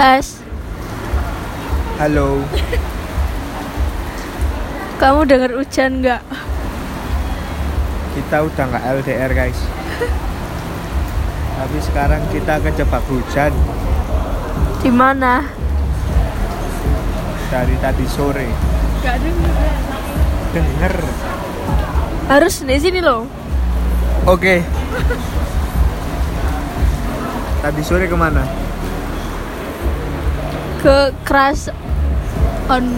Has, Halo. kamu dengar hujan nggak? Kita udah nggak LDR guys. Tapi sekarang kita kejebak hujan Di mana? dari tadi sore. Nggak dengar. Denger. Harus di sini loh. Oke. Tadi sore kemana? Ke crash on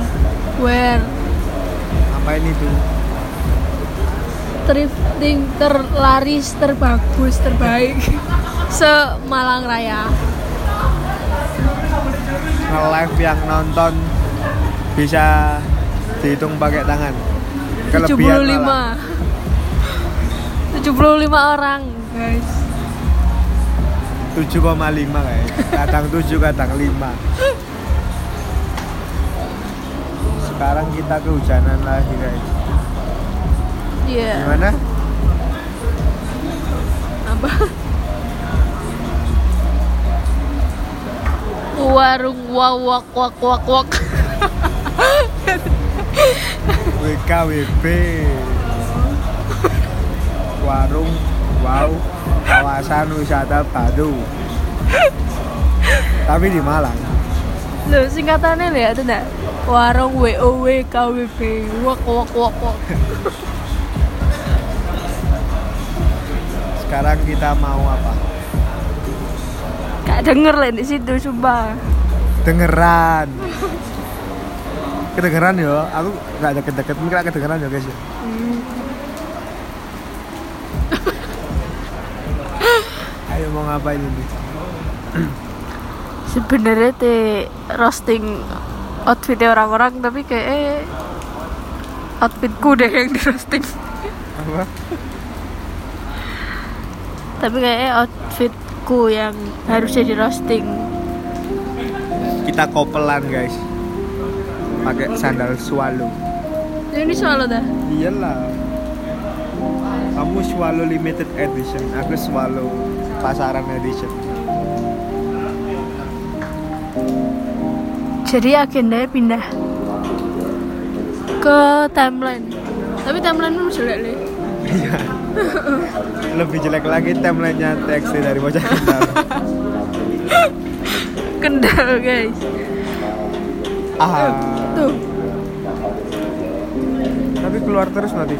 where Ngapain itu? thrifting terlaris, terbagus, terbaik semalang raya. Nge-live yang nonton bisa dihitung pakai tangan. Kelebihan 75 malah. 75 orang guys 7,5 guys. Kadang 7, kadang 5. Sekarang kita kehujanan lagi guys. Iya Gimana? apa warung wawak wak wak wak WKWB Warung Wow Kawasan wisata Batu Tapi di Malang Loh, singkatannya lho ya itu ndak warung WOW KWB wak wak wak wak Sekarang kita mau apa? gak denger lah di situ coba Dengeran Kedengeran ya Aku gak deket-deket Mungkin gak kedengeran ya guys ya Ayo mau ngapain ini? sebenarnya teh roasting outfitnya orang-orang tapi kayak eh, outfitku deh yang di roasting Apa? tapi kayaknya outfitku yang harusnya di roasting Kita kopelan guys pakai sandal swallow Nah, ini soal lo dah Iyalah. Kamu swallow limited edition, aku swallow pasaran edition. jadi agendanya pindah ke timeline tapi timeline lu jelek deh Iya. Lebih jelek lagi timelinenya TXT dari bocah kendal. kendal guys ah. tuh Tapi keluar terus notif.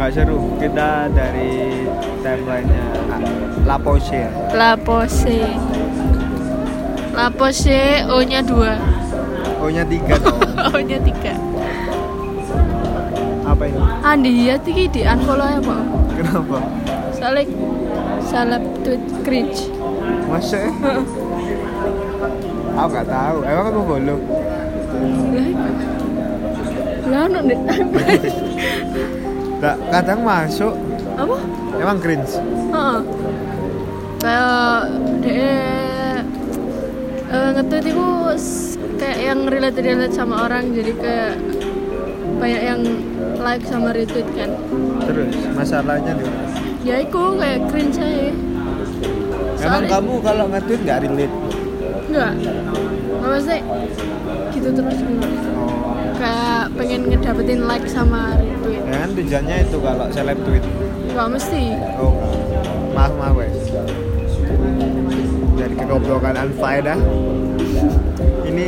Gak seru. Kita dari timelinenya Laposir. lapose lapose o nya dua Oh nya tiga dong. o nya tiga Apa ini? Andi ya tiki di unfollow ya pak Kenapa? Saleh salap tweet cringe Masa? ya? Aku gak tahu. Emang aku follow. lah no di timeline Gak, kadang masuk apa Emang cringe? Heeh. Kayak dia eh, nge-tweet itu s- kayak yang relate relate sama orang jadi kayak banyak yang like sama retweet kan. Terus masalahnya di mana? Ya iku kayak cringe aja. Emang Soalnya- kamu kalau nge-tweet nggak relate? Enggak. Apa sih? Gitu terus enggak. Oh. Kayak pengen ngedapetin like sama retweet. Ya kan tujuannya itu kalau seleb tweet. Enggak mesti. Oh. Maaf maaf guys. Dari kegoblokan Alfaida. Ini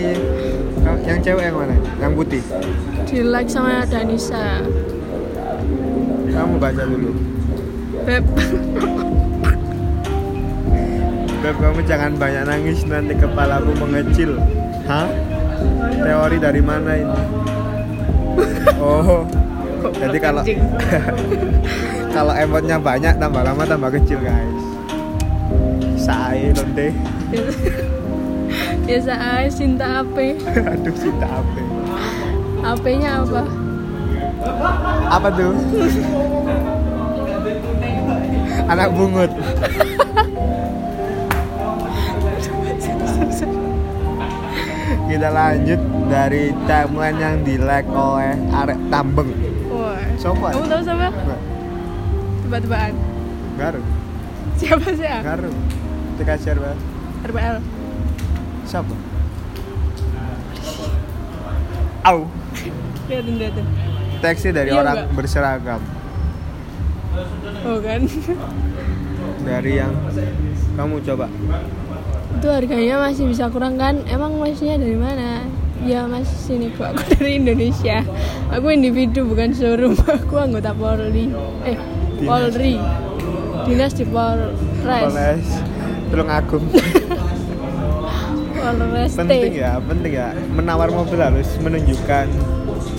ka- yang cewek yang mana? Yang putih. Di like sama Danisa. Kamu baca dulu. Beb. Beb kamu jangan banyak nangis nanti kepalaku mengecil. Hah? Teori dari mana ini? Oh. Jadi kalau kalau emotnya banyak tambah lama tambah kecil guys. Sae lonte. Biasa aja Sinta Ape. Aduh cinta apa? ya? AP-nya apa? Apa tuh? Anak bungut. Kita lanjut dari timeline yang di like oleh arek Tambeng. Wah. Siapa? Kamu tahu siapa? Nggak, Tebak-tebakan. Garu, Siapa sih? ah? garu. dikasih RBL RBL siapa au liatin liatin teksi dari Iya, orang enggak? berseragam oh kan dari yang kamu coba itu harganya masih bisa kurang kan emang masnya dari mana ya mas sini Bu. aku dari Indonesia aku individu bukan showroom aku anggota Polri eh Dinas. Polri dinas di Polres Polres Tulung Agung Polres T. penting ya penting ya menawar mobil harus menunjukkan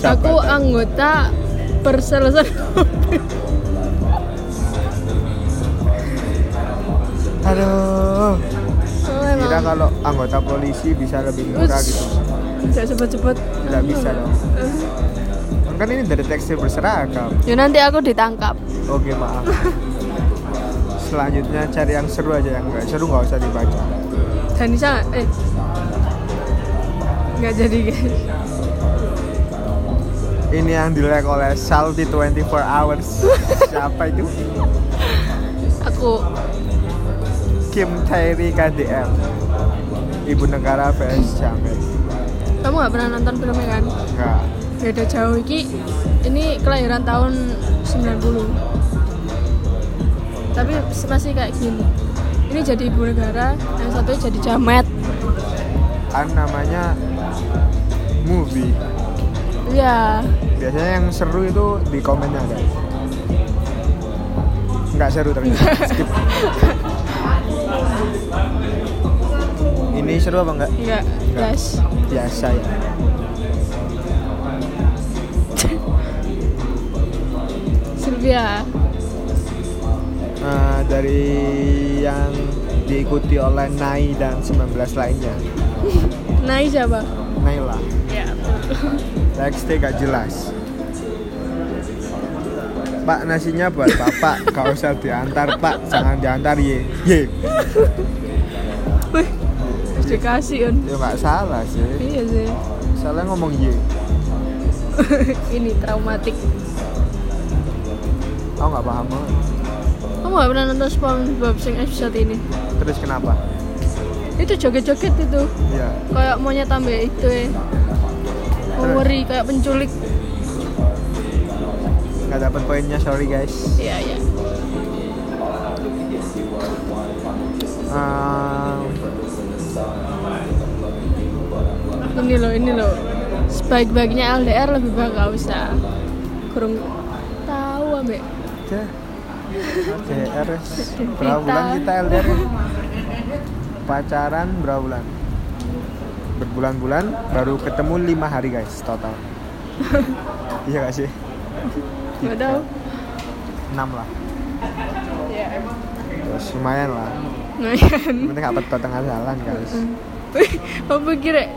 aku jabatan. anggota Oh, perselesan eh, aduh oh, kira emang kalau anggota polisi bisa lebih murah Uts. gitu tidak cepet-cepet Tidak bisa dong. kan ini dari tekstil berseragam ya nanti aku ditangkap oke maaf selanjutnya cari yang seru aja yang nggak seru nggak usah dibaca Danisa eh nggak jadi guys ini yang di like oleh Salty 24 Hours siapa itu aku Kim Tairi KDM Ibu Negara vs Jamet kamu nggak pernah nonton filmnya kan enggak beda jauh iki ini kelahiran tahun 90 tapi masih kayak gini ini jadi ibu negara yang satu jadi jamet kan namanya movie ya biasanya yang seru itu di komennya ada nggak seru ternyata skip ini seru apa enggak enggak Enggak. guys biasa ya Sylvia Eh, dari yang diikuti oleh Nai dan 19 lainnya Nai siapa Naila ya TXT gak jelas Pak nasinya buat bapak Gak usah diantar pak Jangan diantar ye Ye wih harus dikasih kan Ya gak salah sih iya sih Salah ngomong ye ini traumatik Aku gak paham oh. banget. kamu gak pernah nonton SpongeBob sing episode ini Terus kenapa? itu joget-joget itu Ya kayak maunya tambah itu ya Worry, kayak penculik gak dapet poinnya sorry guys iya iya Ehm, ini loh ini loh sebaik-baiknya LDR lebih baik gak usah kurang tahu ambek Dah. LDR Berapa bulan kita LDR Pacaran berapa bulan? Berbulan-bulan baru ketemu lima hari guys total Iya gak sih? gak tahu 6 lah ya Terus lumayan lah Nah, lumayan Yang penting apa tengah jalan guys Wih, apa kira Gak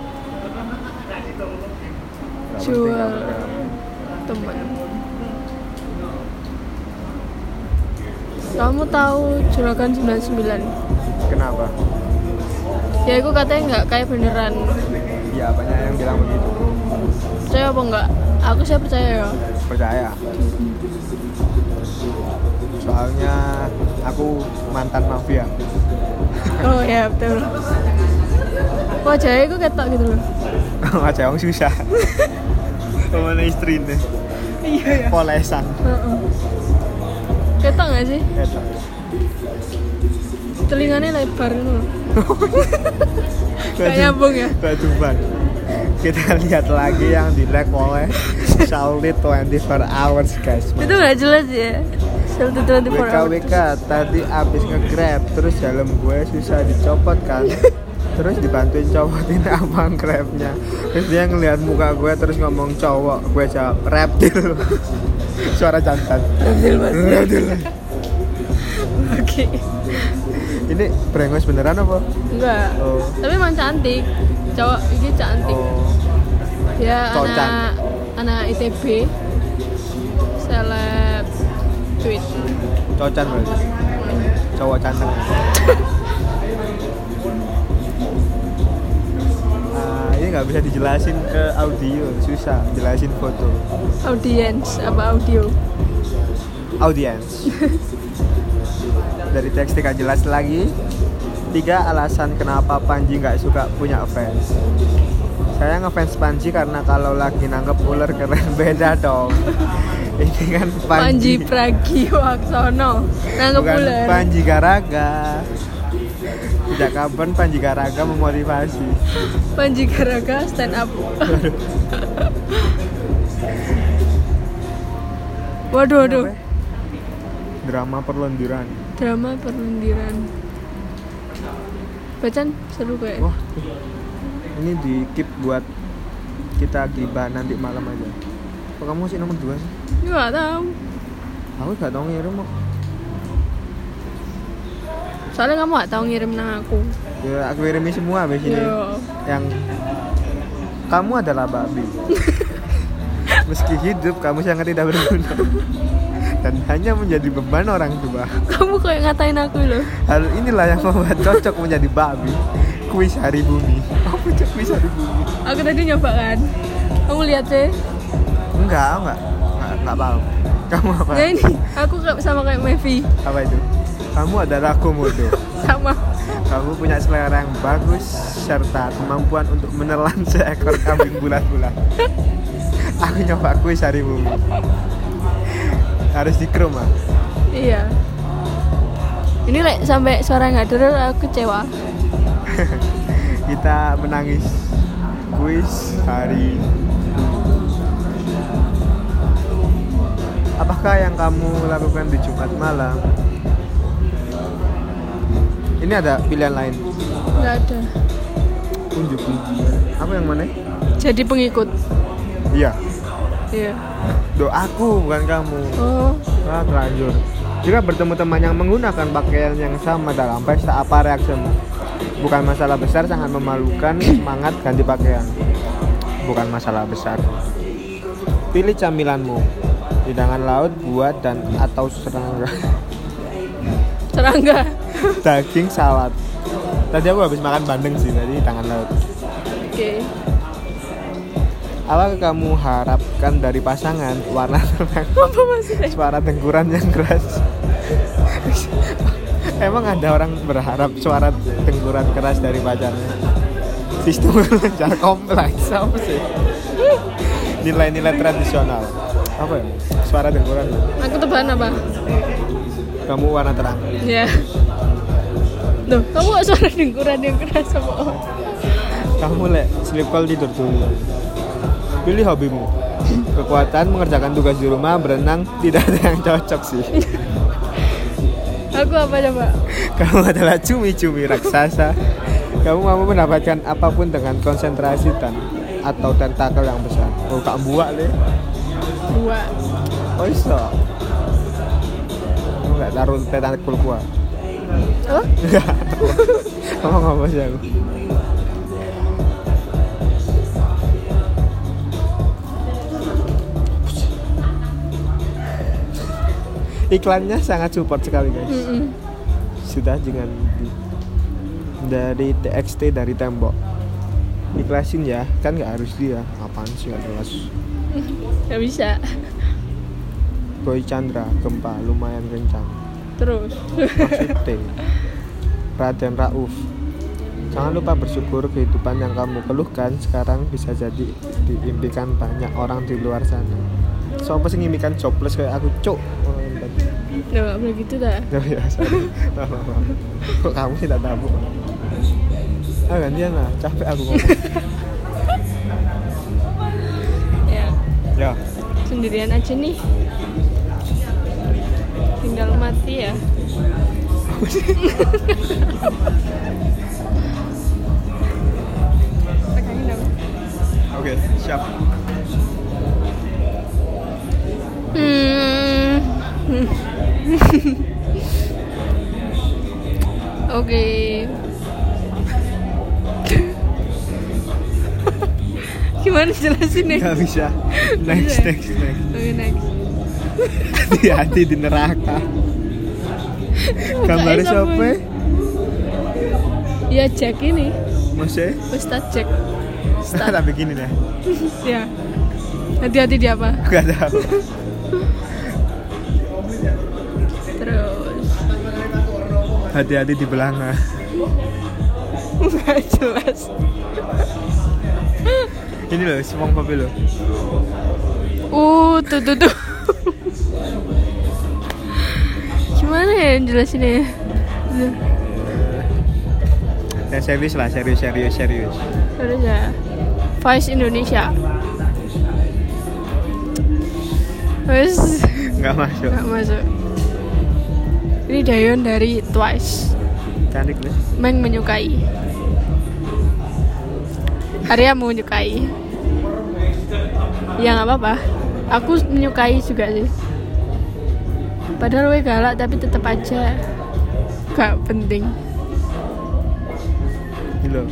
Jual. penting, gak penting. teman kamu tahu juragan 99 Kenapa? ya aku katanya nggak kayak beneran Ya banyak yang bilang begitu percaya apa nggak aku saya percaya ya Percaya Soalnya aku mantan mafia oh ya betul wajahnya aku ketok gitu loh Wajah yang susah Kemana istri ini? iya ya Polesan ketok nggak sih Eta. telinganya lebar gitu loh Batu- nyambung ya? Batu ban Kita lihat lagi yang di like oleh Sauli 24 hours guys itu nggak jelas ya Shelter 24 WK hours WK tadi abis nge-grab terus helm gue susah dicopot kan terus dibantuin copotin abang grabnya terus dia ngelihat muka gue terus ngomong cowok gue jawab reptil suara jantan Reptil, Mas. reptil oke ini brengos beneran apa enggak Oh. tapi emang cantik cowok ini cantik oh dia Cowok anak anak ITB seleb tweet cocan berarti cowok cantik Ah, ini nggak bisa dijelasin ke audio susah jelasin foto audience apa audio audience dari teks tidak jelas lagi Tiga alasan kenapa Panji nggak suka punya fans. Saya ngefans Panji karena kalau lagi nangkep ular keren beda dong. Ini kan Panji Panji, Pragiwaksono nangkep bukan ular Panji Garaga. Tidak kapan Panji Garaga memotivasi. Panji Garaga stand up waduh waduh Apa ya? Drama perlendiran. drama perlendiran bacan seru kayak Wah, ini di keep buat kita gibah nanti malam aja. Kok kamu sih nomor dua sih? nggak tahu Aku gak tau ngirim kok. soalnya kamu nggak tahu ngirim nang aku Ya, aku kirimi semua abis ini. Yo. Yang kamu adalah babi. Meski hidup, kamu sangat tidak berguna dan hanya menjadi beban orang tua. kamu kayak ngatain aku loh Hal inilah yang membuat cocok menjadi babi. Kuis hari bumi. Apa cok kuis hari bumi? aku tadi nyoba kan kamu lihat deh Enggak, enggak, enggak, enggak paham. Kamu apa? ya ini aku kayak- sama kayak Mevi Apa itu? Kamu adalah komodo. sama Kamu punya selera yang bagus serta kemampuan untuk menelan seekor kambing bulat-bulat. Aku nyoba kuis hari bumi. Harus dikrum ah. iya ini like sampai suara nggak denger aku kecewa Kita menangis kuis hari Bumi. Apakah yang kamu lakukan di Jumat malam? Ini ada pilihan lain. nggak ada Unjuk. Aku yang mana? jadi pengikut Iya. iya Doaku bukan kamu. oh Nah, terlanjur. Jika bertemu teman yang menggunakan pakaian yang sama dalam pesta, apa reaksimu? Bukan masalah besar, sangat memalukan. Semangat ganti pakaian. Bukan masalah besar. Pilih camilanmu. Hidangan laut, buah, dan atau serangga. serangga Daging salad. Tadi aku habis makan bandeng sih, tadi hidangan laut. oke Apa yang kamu harapkan dari pasangan? Warna terang, apa maksudnya Eh, suara tengkuran yang keras. Emang ada orang berharap suara tengkuran keras dari pacarnya? Sistem belajar kompleks apa sih? Nilai-nilai tradisional apa ya? Suara tengkuran. aku tebakan apa Kamu warna terang. ya Loh, kamu kok suara dengkuran yang keras apa? Kamu lek sleep call tidur dulu. Pilih hobimu. Kekuatan mengerjakan tugas di rumah, berenang, tidak ada yang cocok sih. Aku apa coba? Kamu adalah cumi-cumi raksasa. Kamu mau mendapatkan apapun dengan konsentrasi dan atau tentakel yang besar. Oh, tak buak deh. Dua. Oh, iso. Kamu nggak taruh tentakel kuah. Oh, Kamu apa sih aku? Iklannya sangat support sekali guys. Mm-mm. sudah dengan di- dari TXT dari tembok ikhlasin ya kan nggak harus dia apaan sih nggak jelas nggak bisa. Boy Chandra gempa lumayan kencang Terus. Maksud T Raden Rauf jangan lupa bersyukur kehidupan yang kamu keluhkan sekarang bisa jadi diimpikan banyak orang di luar sana so apa sih ngimpikan jobless kayak aku cuk Oh, Nggak nggak begitu gitu dah. Ya ya, sorry. Maaf, maaf, maaf. Kok kamu sih tak tahu? Ah gantian lah, capek aku ngomong. Ya, ya. sendirian aja nih. Tinggal mati ya. Tegangin dong. Oke, siap. Hmm. Oke. Gimana jelasin nih? Gak bisa. Next, next, next. Oke, next. Hati-hati di neraka. Gambar Mukanya siapa? sabun. Ya Jack ini, Masih? Ustaz Jack. Tak begini deh. Ya. Hati-hati di apa? Gak tahu. Terus. Hati-hati di belanga. nggak jelas ini loh semong babi loh uh tuh tuh tuh gimana ya jelasinnya ya ya serius lah serius serius serius terus ya Vice Indonesia terus nggak masuk nggak masuk ini Dayon dari Twice cantik loh Meng menyukai Arya menyukai Ya nggak apa-apa Aku menyukai juga sih Padahal gue galak tapi tetap aja Gak penting ini loh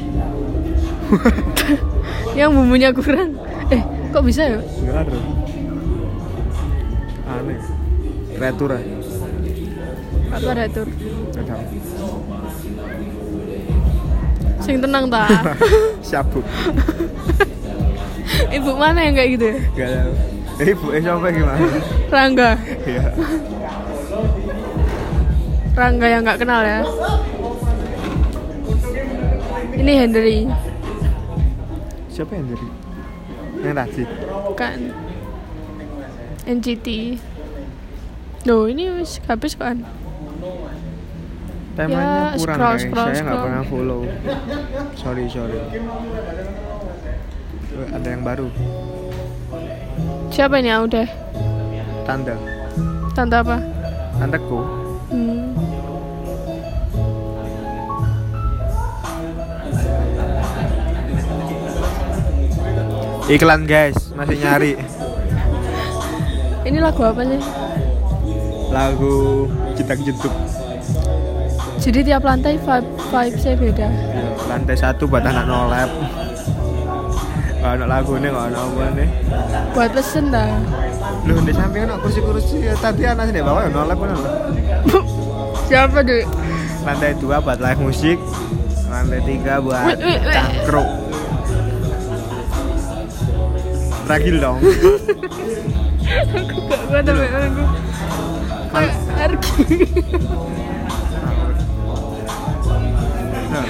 Yang bumbunya kurang Eh kok bisa ya? nggak ada aneh kreatura Aku ada tur nggak tahu Sing tenang ta sabuk Ibu mana yang kayak gitu ya? nggak tahu ini bu eh sampai gimana Rangga ya Rangga yang nggak kenal ya Ini Henry siapa yang jadi yang tadi Bukan NCT Loh ini wis habis kan temanya Ya, kurang scroll, guys. scroll, saya nggak scroll. pernah follow sorry sorry Eh, ada yang baru Siapa ini ah, udah? tanda Tante apa? tanteku Hmm. iklan guys masih nyari Ini lagu apa sih? lagu cetak jetuk Jadi tiap lantai vibe vibesnya beda lantai satu buat anak nolap nggak ada lagu nih nggak ada apa nih Buat pesen dah lu di samping ada kursi kursi tadi anak sini bawa ya nolap kan Siapa deh? lantai dua buat live musik lantai tiga buat Wait, wait, wait. cangkruk ragil dong Aku gak kuat sampe aku Kayak Arki Nah,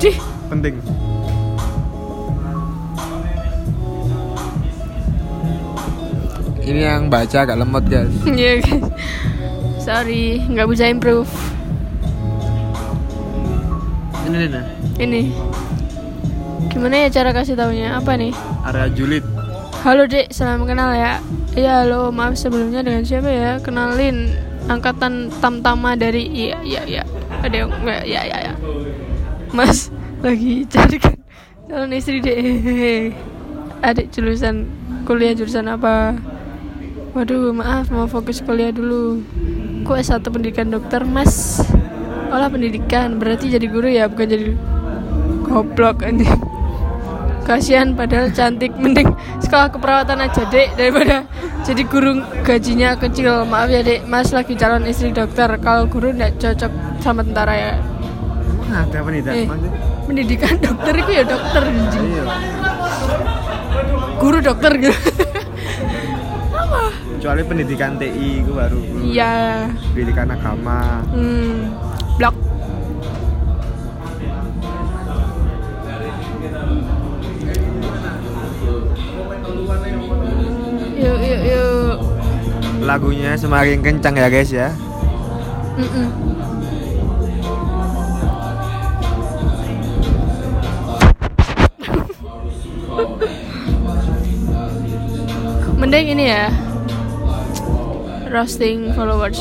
Dih penting ini yang baca agak lemot guys Iya guys Sorry, nggak bisa improve ini nih Ini Gimana ya cara kasih taunya? Apa nih? area julid Halo dek, salam kenal ya Iya halo, maaf sebelumnya dengan siapa ya? Kenalin, angkatan tamtama dari Iya, iya, iya Ada yang, enggak, iya, iya, iya Mas, lagi cari kan calon istri dek Hehehe. Adik jurusan, kuliah jurusan apa? Waduh, maaf, mau fokus kuliah dulu Kok S1 pendidikan dokter, mas? Olah pendidikan, berarti jadi guru ya, bukan jadi Goblok anjing kasihan padahal cantik mending sekolah keperawatan aja dek daripada jadi guru gajinya kecil maaf ya dek mas lagi calon istri dokter kalau guru nggak cocok sama tentara ya emang ada apa nih Dan? Eh. Maksudnya? pendidikan dokter itu ya dokter anjing. iya guru dokter gitu kecuali pendidikan TI itu baru iya pendidikan agama hmm blok yuk yuk yuk lagunya semakin kencang ya guys ya Mm-mm. Mending ini ya Roasting followers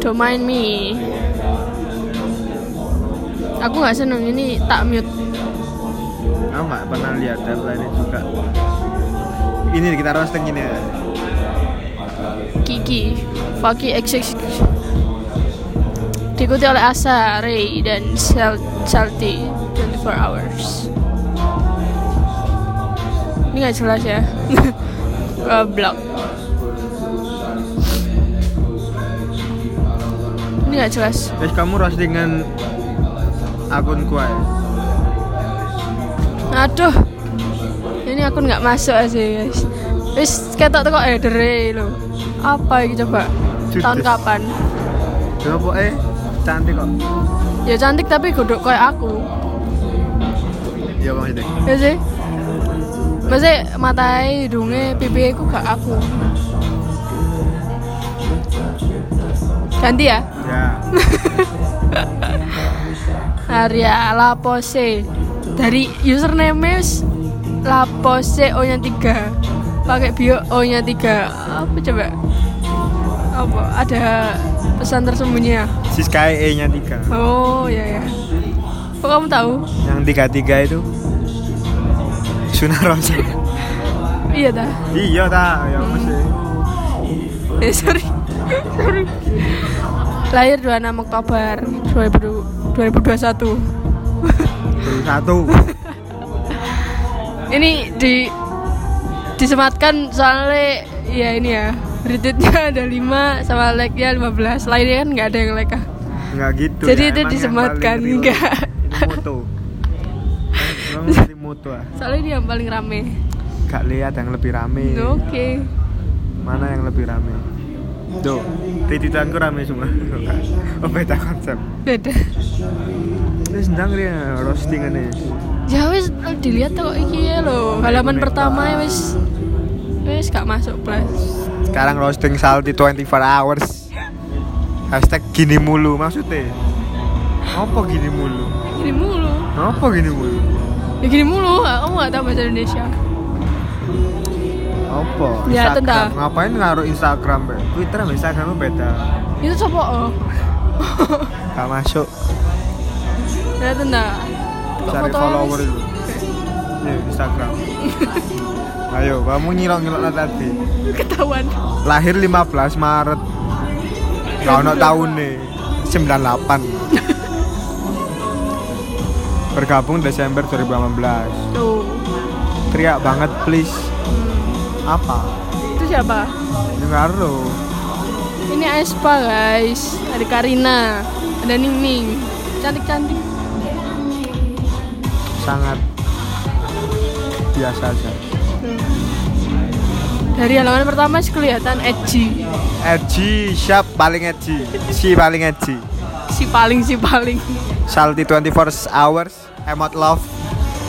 Don't mind me Aku gak seneng ini tak mute aku nggak pernah lihat deadline juga ini kita roasting ini ya Kiki, Faki XX diikuti oleh Asa, Ray, dan Sel Celti 24 Hours ini nggak jelas ya goblok ini nggak jelas terus kamu roastingan akun kuai aduh ini akun nggak masuk aja guys Wis ketok teko header lho. Apa iki coba? Judes. Tahun kapan? Ya apa eh cantik kok. Ya cantik tapi godok kayak aku. Ya Bang Sidik. Ya sih. Mesti matai hidungnya pipi ku gak aku. Ganti ya. Ya. Arya Lapose. Dari username wis Lapose O nya 3. Pakai bio O nya 3. Apa coba? Apa ada pesan tersembunyi ya? Siska E-nya 3. Oh ya ya. Kok kamu tahu? Yang 33 itu Sunarosa. Iya dah. iya ta, ya apa sih? Eh sorry. sorry. Lahir 26 Oktober 2000 2021. Baru satu. Ini di disematkan soalnya ya ini ya. Retweetnya ada 5 sama like-nya 15. Lainnya kan nggak ada yang like. ah. Enggak gitu. Jadi ya, itu emang yang disematkan, paling real. enggak. Itu moto. Emang dari moto ah. Soalnya ini yang paling rame. Gak lihat yang lebih rame. Oke. Mana yang lebih rame? Tuh, tititanku rame semua. Oh, beda konsep. Beda. Ini sedang dia roasting ini. Ya wis dilihat kok iki ya lho. Halaman Menit, pertama ya Pak. wis wis gak masuk plus. Sekarang roasting salty 24 hours. Hashtag gini mulu maksudnya. Apa gini mulu? Gini mulu. Apa gini mulu? Ya gini mulu, kamu gak tahu bahasa Indonesia. Apa? Ya, tentang. Instagram. Ngapain ngaruh Instagram? Be? Twitter sama Instagram lu beda. Itu sopo? oh? Gak masuk. Ya tenang. Kok Cari fotonya follower wis- itu. Nih, Instagram. Ayo, kamu nyilok-nyilok lah tadi. Ketahuan. Lahir 15 Maret. Gak ono tahun nih. 98. Bergabung Desember 2018. Tuh. Teriak banget please. Apa? Itu siapa? Dengar lo. Ini Aespa guys. Ada Karina, ada Ningning. Cantik-cantik. Sangat biasa aja. Tuh. Dari halaman pertama sih kelihatan edgy. Edgy, siap paling edgy. Si paling edgy. Si paling si paling. Salty 24 hours, emot love,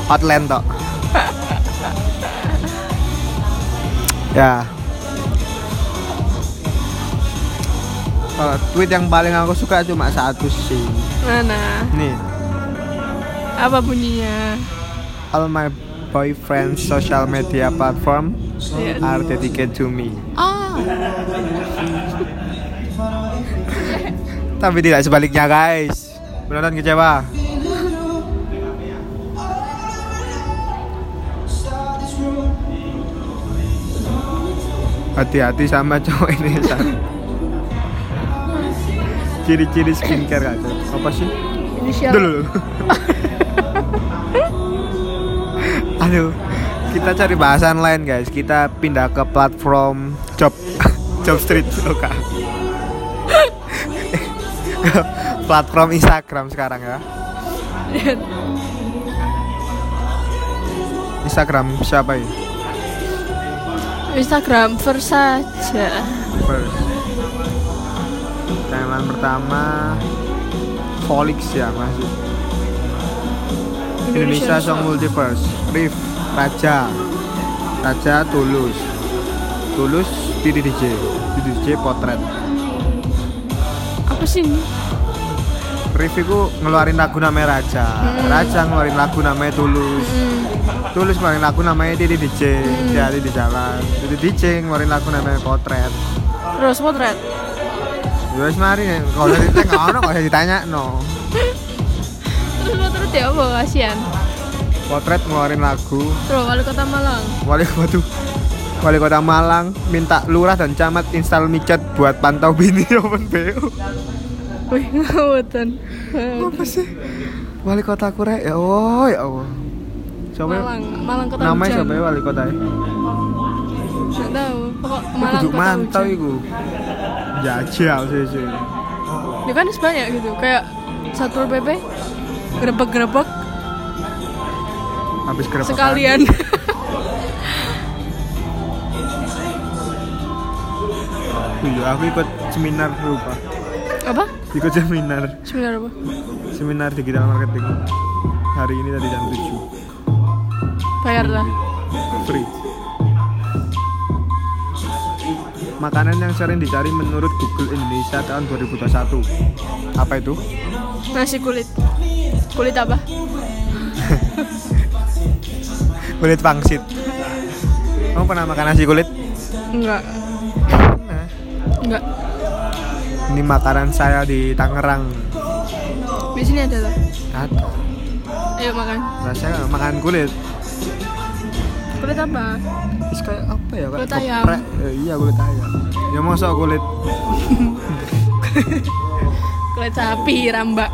hotland tok. ya. Kalau Oh, tweet yang paling aku suka cuma satu sih. Mana? Nih, Apa bunyinya? all my boyfriend's social media platform Ya. are dedicated to me. Ah, Tapi tidak sebaliknya guys. Penonton kecewa. Hati-hati sama cowok ini. San. Ciri-ciri skincare kak. Apa sih? inisial. Dulu. Aduh, kita cari bahasan lain guys. Kita pindah ke platform job job street loh kak. Ke platform Instagram sekarang ya. Instagram siapa ya? Instagram Versace. First. Timeline pertama Folix ya masih. Indonesia Song Multiverse Riff Raja Raja Tulus Tulus Didi DJ Didi DJ Potret Apa sih ini? Riff itu ngeluarin lagu namanya Raja Raja ngeluarin lagu namanya Tulus Hmm. Tulus ngeluarin lagu namanya Didi DJ Jadi di jalan Didi DJ ngeluarin lagu namanya Potret Terus potret. Yowes mari nih Kalau dari tengok ono kalau ditanya no Terus potret ya apa? Kasian. Potret ngeluarin lagu Terus wali kota Malang. Wali Kota Wali Kota Malang minta lurah dan camat install micat buat pantau bini Roman BU. Wih, ngawatan. Apa sih? Wali Kota Kure ya Allah ya Allah. Siapa? ya? Malang, Malang kota Namanya hujan. siapa ya wali kota ya? Nggak tahu. Pokok Malang Kudu kota mantau hujan. iku. Jajal sih sih. Ya kan sebanyak gitu, kayak Satpol PP grebek-grebek Habis kerepokan. sekalian. Iya, aku ikut seminar rupa. apa Ikut seminar, seminar apa seminar digital marketing. Hari ini tadi jam 7. bayar lah Free. Makanan yang sering dicari menurut Google Indonesia tahun 2021. Apa itu? nasi kulit kulit apa Kulit pangsit. Kamu pernah makan nasi kulit? enggak Pernah. enggak Nah. Ini makanan saya di Tangerang. di sini ada loh Ada. ayo makan Rasanya makan kulit. kulit apa Terus kayak apa ya? Kayak Kulit ayam. geprek. Eh, iya kulit ayam. Ya masa kulit kulit sapi rambak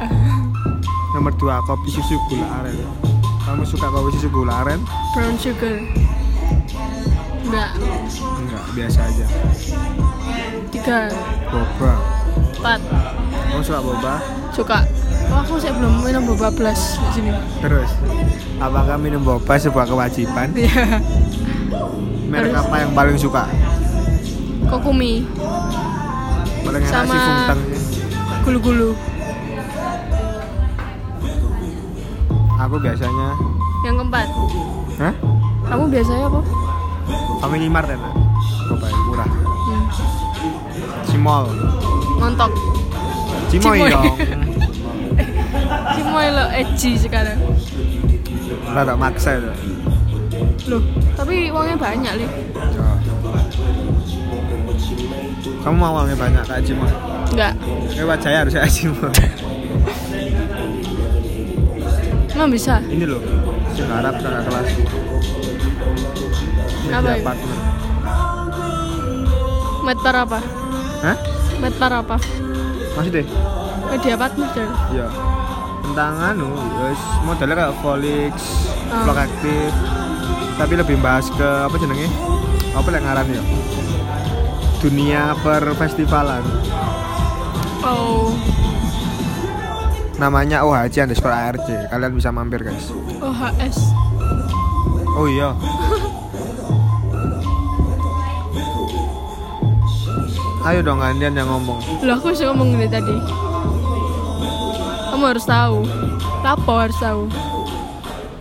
nomor dua kopi susu gula aren. Kamu suka kopi susu gula aren? brown sugar enggak Enggak, biasa aja. tiga Boba. empat Kamu suka boba? suka oh, aku sih belum minum boba plus di sini Terus, apakah minum boba sebuah kewajiban? iya Merek Terus. apa yang paling suka? kokumi Paling enak Sama- si Fungteng. gulu-gulu Aku biasanya, yang keempat hah? kamu biasanya apa Family Mart enak. Boba yang murah. hmm. Cimol. ngontok Cimoy Cimoy. dong. cimoy lo edgy sekarang Rada maksa itu. loh tapi uangnya banyak li Kamu mau uangnya banyak kayak Cimoy? enggak Eh wajahnya harus kayak Cimoy. emang bisa Ini loh, sing Arab kakak kelas. Media Apa itu? partner. medpar apa Hah? medpar apa Maksudnya? media partner Jal. Iya. Tentang anu, wis modelnya kayak Volix, Ah. Vlog Active. Tapi lebih bahas ke apa jenenge? Apa yang ngaran ya? Dunia perfestivalan. oh Namanya oh, OHC underscore ARC. Kalian bisa mampir guys. OHS Oh iya. Ayo dong kalian yang ngomong. loh aku sih ngomong dari tadi kamu harus tahu lapo harus tahu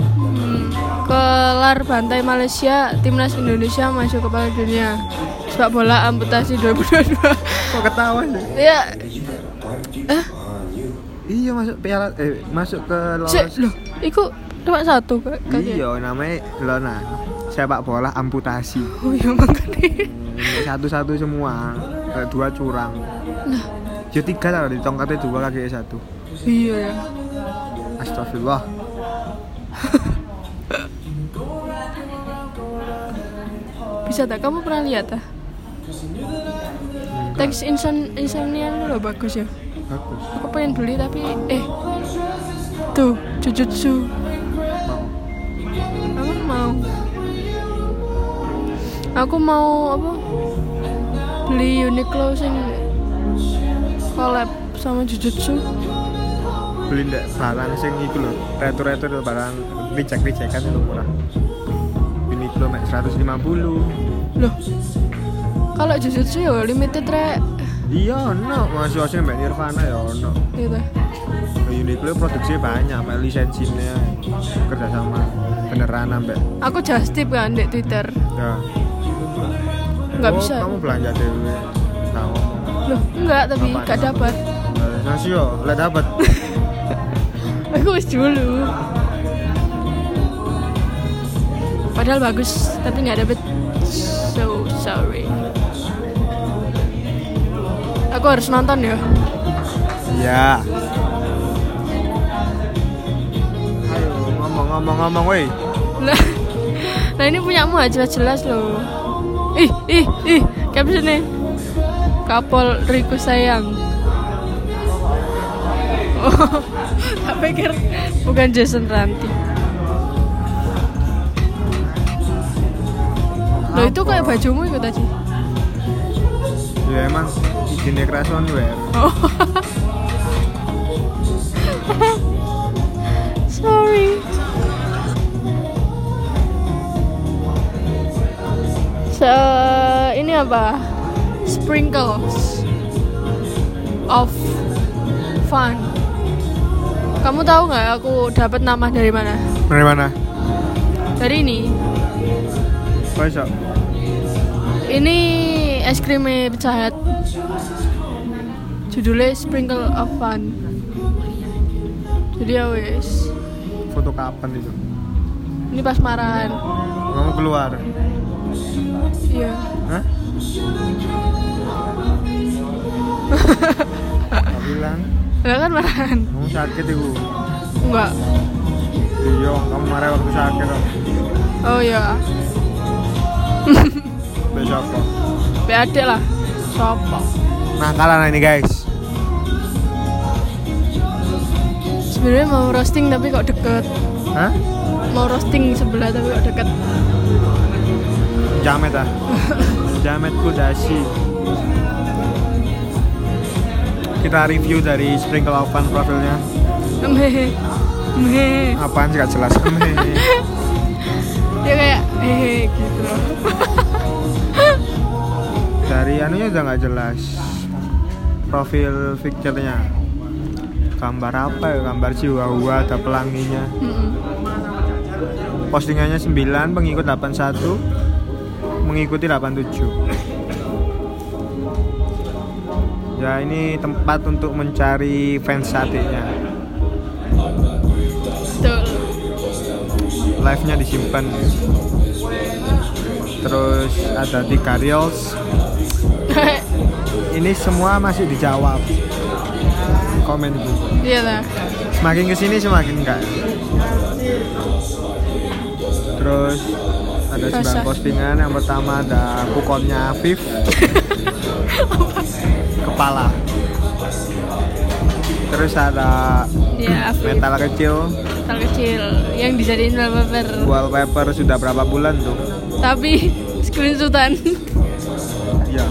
Hmm, kelar bantai Malaysia timnas Indonesia masuk ke Piala Dunia sepak bola amputasi 2022 Kok ketawa sih? ya Iya masuk piala eh masuk ke lolos. Cek, loh, iku cuma satu kak. Iya namanya Lona. Sepak bola amputasi. Oh iya makanya. Satu-satu semua. Eh, Dua curang. Ya tiga lah di tongkatnya dua kaki satu. Iya ya. Astagfirullah. Bisa tak? Kamu pernah lihat ah? Teks inson insomnia itu loh bagus ya. Bagus. Aku pengen beli tapi eh tuh jujutsu. Mau. Aku mau. Aku mau apa? Beli Uniqlo sing collab sama jujutsu. Beli ndak barang sing iku lho. Retur-retur lho, barang reject-rejeckan itu murah. Ini kilo 150 Loh. Kalau jujutsu ya limited rek. Iya, no, masih asli Mbak Nirvana ya, no. Gitu. Uniqlo produksi banyak, mek lisensinya kerjasama beneran sampai Aku just tip kan di Twitter. ya. Nggak Oh, bisa. Kamu belanja dewe. Tahu. Loh, enggak tapi Apaan? gak dapat. Nasi yo, lek dapat. Aku wis dulu. Padahal bagus, tapi nggak dapet. So sorry. Aku harus nonton ya. Iya. Ayo ngomong ngomong ngomong woi. Nah, nah ini punyamu aja jelas loh. Ih, ih, ih, captionnya. Kapol Riku sayang. Oh, tak pikir bukan Jason Ranti. Loh itu Apa? kayak bajumu ikut aja. Ya emang izin kerason weh. Oh. Sorry. So, ini apa? sprinkles of fun. Kamu tahu nggak aku dapat nama dari mana? Dari mana? Dari ini. Besok. Ini es krimnya pecahat. Judulnya Sprinkle of Fun. Jadi ya wes. Foto kapan itu? Ini pas marahan. Kamu keluar? Iya. Hah? Aku bilang, Lah kan marahan. kamu sakit ibu. Enggak. Iya, kamu marah waktu sakit. kok. Oh iya. Besok apa? PAD lah. Sopo. Nakal anak ini guys. Sebenarnya mau roasting tapi kok deket. Hah? Mau roasting sebelah tapi kok deket. Jamet ah. Jametku dasi. Kita review dari Sprinkle Oven profilnya. Meh. Meh. Apaan sih gak jelas? Dia kayak hehe gitu. loh. dari anunya udah nggak jelas. Profil picture-nya. Gambar apa ya? Gambar Chihuahua ada pelanginya. Mm-mm. Postingannya 9, pengikut 81, mengikuti 87. Ya ini tempat untuk mencari fans satinya. Betul. live-nya disimpan terus ada tiga reels ini semua masih dijawab komen itu Iya lah. semakin kesini semakin enggak terus ada Basah. sembilan postingan yang pertama ada kukonnya Afif kepala terus ada Iya, Afif. metal kecil Metal kecil yang dijadiin wallpaper. wallpaper sudah berapa bulan tuh Tapi screenshotan. ya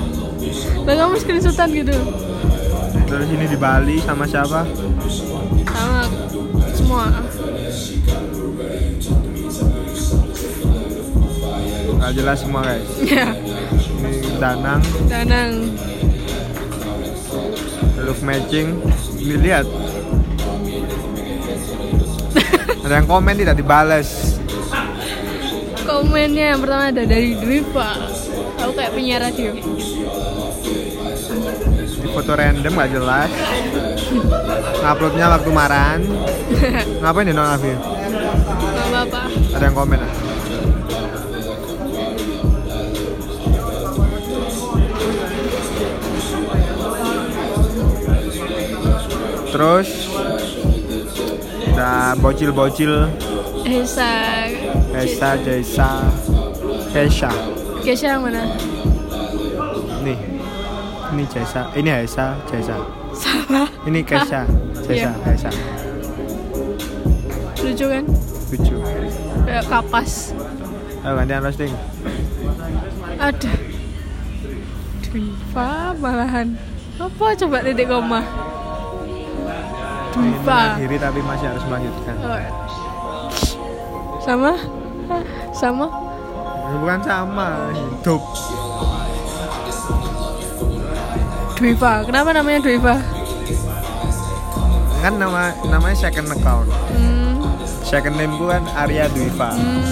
Lah kamu screenshotan gitu. terus ini di Bali sama siapa Sama semua. nggak jelas semua guys Ya, ini danang danang. love matching ini lihat ada yang komen tidak dibales Komennya yang pertama ada dari Dwi Pak. Aku kayak penyiar radio. di foto random nggak jelas uploadnya waktu marahan ngapain di non Afif? Gak apa-apa. ada yang komen ah? terus ada bocil-bocil Hesa. Esa, Jaisa, Kesha. Kesha yang mana? Nih. Ini Jaisa. Ini Esa, Jaisa. Salah. Ini Kesha, Jaisa, Iya. Esa. Lucu kan? Lucu. Kayak kapas. Ayo gantian roasting. Ada. Dwipa malahan. Apa coba titik koma? Ini Dwipa. mengakhiri tapi masih harus melanjutkan. Oh. Sama? Sama? Ini bukan sama, hidup. Dwipa. Kenapa namanya Dwipa? Kan nama namanya second account. Hmm. Second name gue kan Arya Dwiva. hmm.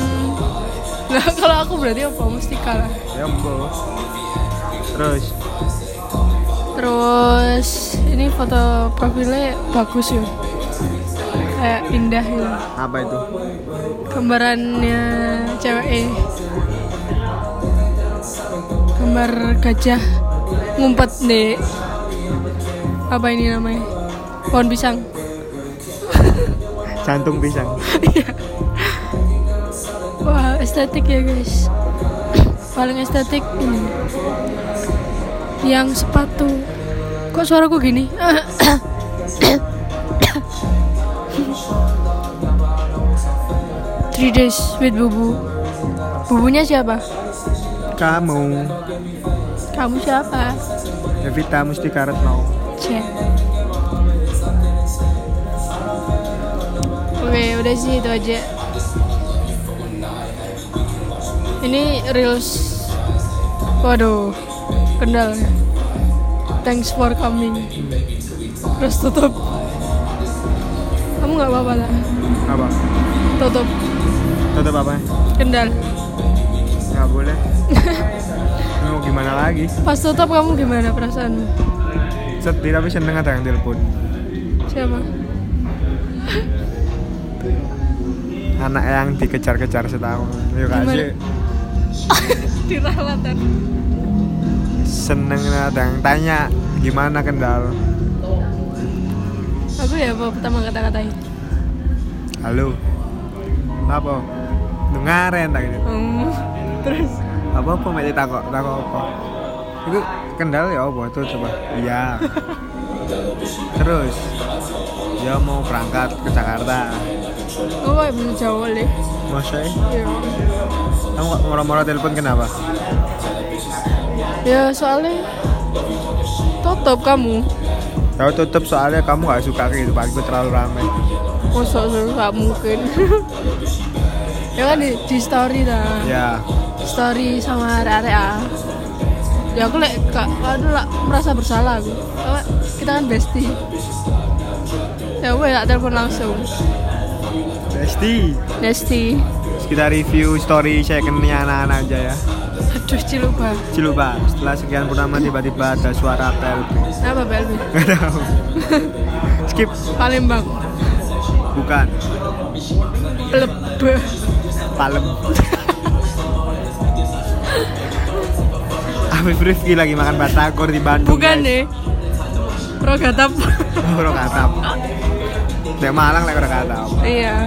Nah, kalau aku berarti apa? Mustika lah. Ya ampun. Terus Terus ini foto profilnya bagus ya. Kayak indah ya. apa itu? Gambarannya cewek eh. Gambar gajah ngumpet di apa ini namanya? Pohon pisang. Jantung pisang. Wah, estetik ya, guys. Paling estetik ini. Yang sepatu. Kok suaraku gini? Three days with Bubu. Bubunya siapa? Kamu Kamu siapa? Evita Mustika Retno. C. Oke, udah sih itu aja. Ini reels. Waduh, kendal thanks for coming terus tutup kamu nggak apa-apa lah apa tutup tetap apa kendal nggak boleh mau gimana lagi pas tutup kamu gimana perasaanmu sedih tapi seneng ada yang telepon siapa anak yang dikejar-kejar setahun yuk Gimana? kasih dirawatan seneng ada yang tanya gimana kendal aku ya apa pertama kata-katain halo apa dengaren tak gitu Hmm, terus apa apa mesti takok takok apa itu kendal ya apa tuh coba iya terus dia mau berangkat ke Jakarta oh wah belum jauh deh masa ya? Iya. kamu kok moro-moro telepon kenapa ya soalnya tutup kamu Tahu tutup soalnya kamu gak suka kehidupanku terlalu ramai. Masa sih nggak mungkin Ya kan di, di story dah Ya, Story sama area Ya aku lek kak, aduh lah merasa bersalah aku. Apa, kita kan bestie. Ya aku ya telepon langsung. Besti. Bestie. Terus Kita review story secondnya anak-anak aja ya. Aduh ciluba. Ciluba, setelah sekian purnama tiba-tiba ada suara bel. Kenapa Belbi? Nggak tahu. Skip. Palembang. Bukan. Pelebe. Palem. Afif Rifki lagi makan batagor di Bandung. Bukan eh. guys. deh. Rogatap. Orang katap. Dek Malang lek orang katap. iya.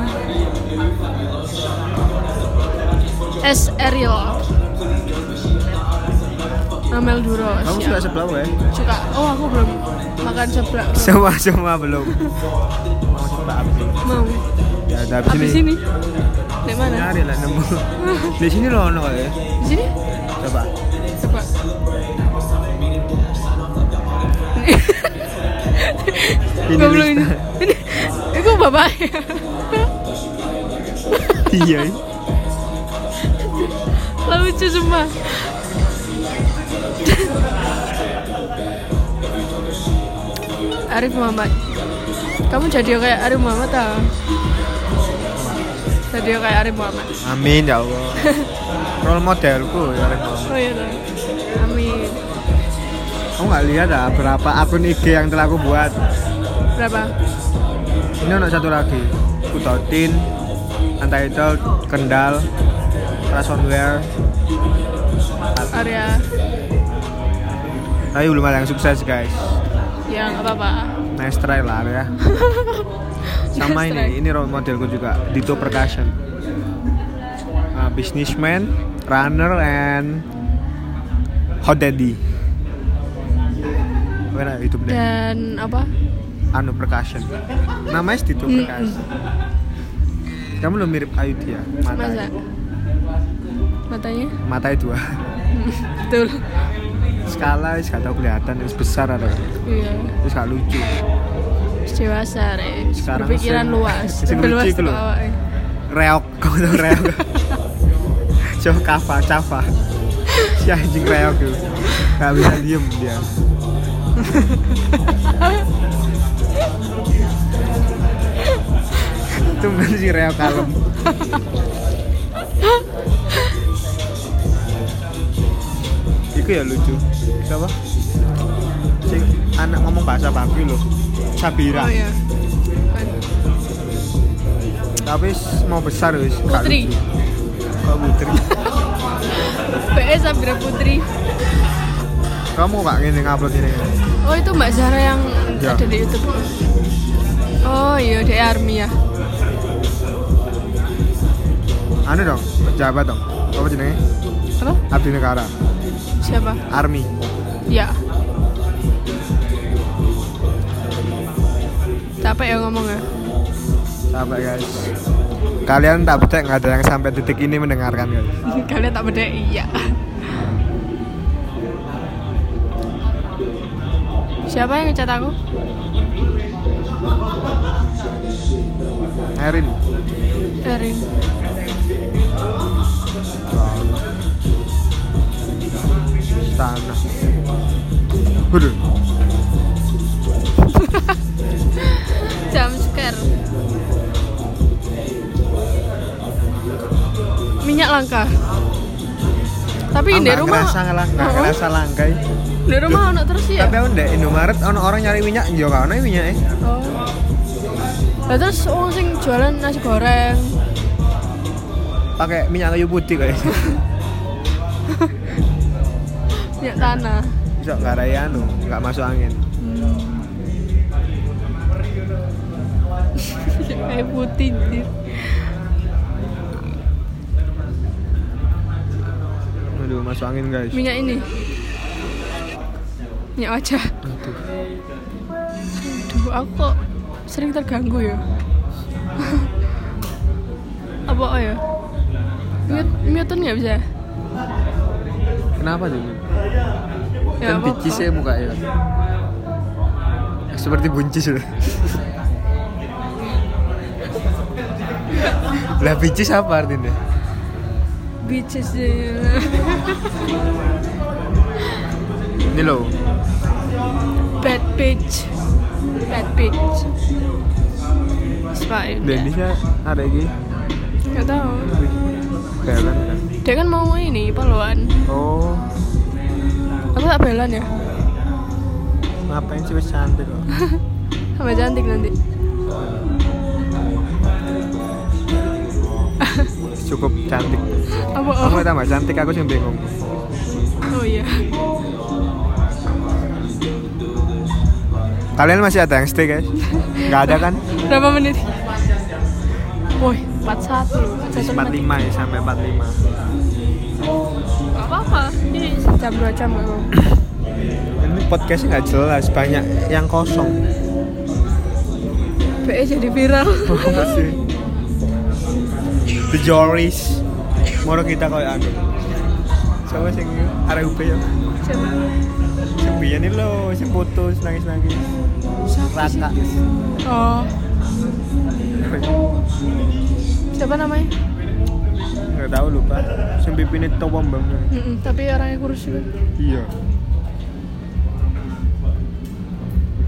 S Ariel. Amel Duro. Kamu siap. suka sebelah ya? suka oh aku belum makan seblak Semua semua belum. Mau coba abis ini. mau Ya, udah abis habis ini. ini di mana Nyari lah nemu. Di sini loh ono ya. di sini Coba. coba Ini Gua belum- lista. ini itu bapak Iya. lucu semua Arif Muhammad kamu jadi kayak Arif Muhammad tau jadi kayak Arif Muhammad Amin ya Allah. Role modelku ya Rifan. oh iya tau. amin Kamu nggak lihat ah berapa akun IG yang telah aku buat? berapa Ini ada satu lagi. Kutotin, Untitled, Kendal, Rasonware. area Tapi belum ada yang sukses guys. yang Ya, apa-apa Nice try lah ya. Sama Nice ini, ini role modelku juga. Dito Percussion. Ah, businessman, runner, and hot daddy. Wena itu deh. dan apa anu percussion namanya Dito Mm-mm. percussion kamu lo mirip Ayu dia masa mata matanya mata ah. dua betul skala wis gak tau kelihatan wis besar ada iya wis gak lucu Terus dewasa re Sekarang berpikiran sing- luas eh. sing Berluas lucu iku lho. ke awake. reok kamu tau reok coba kafa cafa si anjing reok itu gak bisa diem dia itu bener si reok kalem Iku ya lucu. Siapa? Sing anak ngomong bahasa baku loh. Sabira. oh iya Bukan. Tapi s- mau besar wis. gak Putri. lucu. Kok putri? PS Sabira Putri Kamu kok ngene ya? ngupload ini? oh itu Mbak Zara yang Ya. ada di YouTube oh iya dari Army ya Anu dong, pejabat dong. Apa jenenge? apa Abdi Negara, siapa Army. ya capek ya ngomongnya Sampai guys. Kalian tak percaya nggak ada yang sampai titik ini mendengarkan guys. kalian tak beda iya siapa yang ngecat aku Erin. Erin tanah Waduh, jam scare minyak langka tapi di Ah, nggak rumah ngerasa langka, Oh, ngerasa langka ya. di rumah ono terus ya Tapi aku ndek Indomaret ono orang nyari minyak, yo gak ono minyak eh. oh Lah terus wong sing jualan nasi goreng Pakai minyak kayu putih kayak. minyak tanah Bisa nggak raya anu, nggak masuk angin. kayak putih anjir. Aduh, masuk angin guys. minyak ini minyak wajah Aduh. Duh, aku kok sering terganggu ya. Apa ya? Mute, mutean nggak bisa? Kenapa tuh? Ya, Kan apa-apa. dicis ya muka ya. Seperti buncis loh. lah buncis apa artinya? Bitches deh. Ini loh. Bad bitch. Bad bitch. Spy. Di Indonesia ada lagi Nggak tahu. Thailand kan. Dia kan mau ini paluan. Oh, Aku tak belan ya. ngapain sih wis cantik kok. Sama cantik nanti. Cukup cantik. Apa? Kamu nggak tambah cantik aku sih yang bingung. Oh iya. Kalian masih ada yang stay guys? Gak ada kan? Berapa menit? Woi, 41. 41 menit. 45 ya sampai 45. Nggak apa-apa. Ini jam 2 jam nggak apa-apa. Ini podcastnya nggak jelas, banyak yang kosong. BE jadi viral. Apa sih? The Joris. Moro kita kayak anu. Sama sing arek UB ya. Siapa? Sing biyen ini lho, sing putus nangis-nangis. Siapa sih? Rata. Oh, siapa namanya? Enggak tahu lupa. Sing pipine towo banget. Mm-mm, tapi orangnya kurus juga. Iya.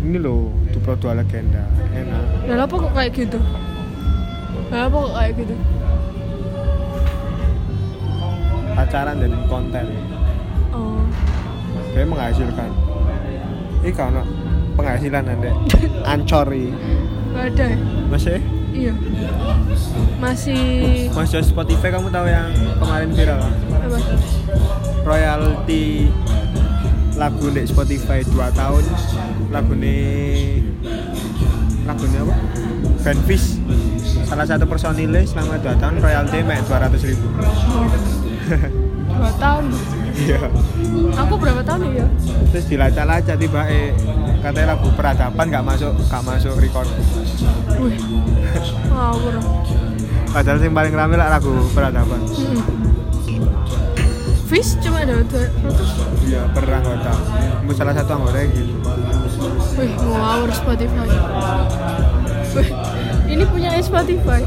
Ini loh, itu produk legenda. Enak. Lah apa kok kayak gitu? Lah apa kok kayak gitu? Pacaran dan konten. Oh. Kayak menghasilkan. Ini karena penghasilan anda ancori Gak ada ya? masih Iya. Masih masih Spotify kamu tahu yang kemarin viral apa? royalti lagu di Spotify 2 tahun lagu ini lagu ini apa Benfish salah satu personilnya selama 2 tahun royalti mek 200 ribu Oh. Dua tahun. iya Aku berapa tahun ya? terus dilacak-lacak tiba eh katanya lagu peradaban gak masuk gak masuk record Wih. Ngawur. padahal yang paling rame lah lagu peradaban Mm-mm. Hmm. Fish cuma ada 200. iya per anggota Mungkin salah satu anggota gitu Wih, ngawur Spotify. Wih, ini punya Spotify.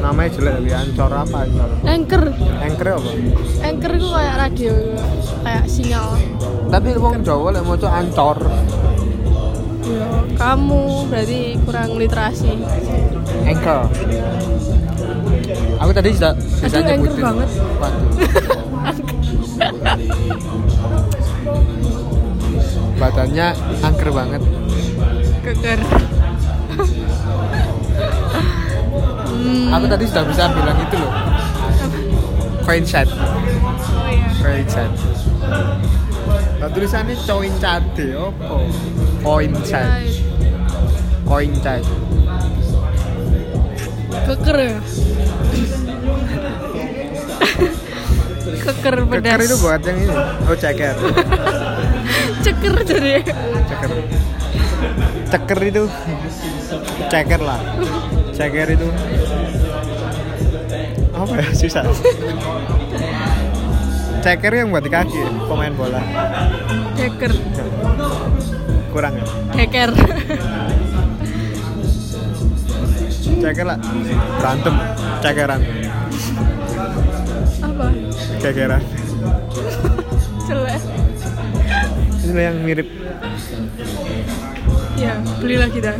namanya jelek lagi ancor apa ancor Anchor. anchor apa Anchor itu kayak radio, kayak sinyal. tapi wong Jawa lek maca ancor Ya, kamu berarti kurang literasi. anchor aku tadi sudah bisa Aduh, anchor nyebutin banget. waduh badannya angker banget Keker. hmm. aku tadi sudah bisa bilang itu loh coin chat Oh iya. coin chat nah, tulisannya coin chat deh opo coin chat Right. coin chat Keker ya. Keker pedas. ceker itu buat yang ini oh ceker Ceker jadi. ceker ceker itu ceker lah ceker itu apa ya susah ceker yang buat di kaki pemain bola Ceker. kurang ya Ceker. ceker lah berantem cekeran Apa? cekeran Jelek. sih lo yang mirip ya beli lagi dah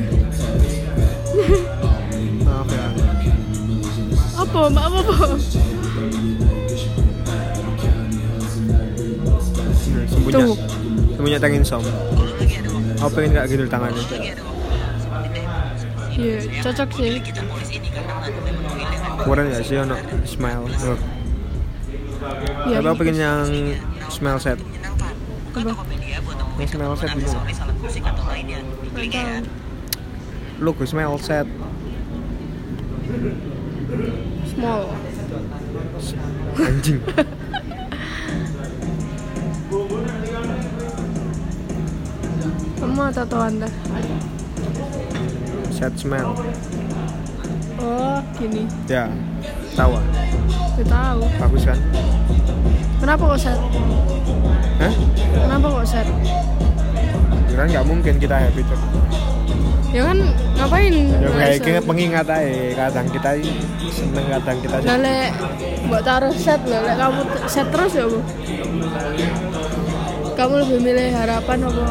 maaf ya apa maaf apa Hmm, sembunyi Tuh. sembunyi tangan som aku pengen kayak gitu tangannya iya cocok sih keren gak sih ono smile Loh, ya tapi aku pengen yang smile set yang smile set gitu logo smile set small anjing kamu mau tatoan dah set smile oh gini ya tahu ah. Gak tahu bagus kan kenapa kok set Hah? kenapa kok set Kira nggak mungkin kita happy tuh. ya kan ngapain Nah, Ya kayak Set? gini pengingat aja. Kadang kita seneng, kadang kita Lah, nah, lek mbok taruh set lho, lek kamu t- set terus ya, Bu. Kamu lebih milih harapan apa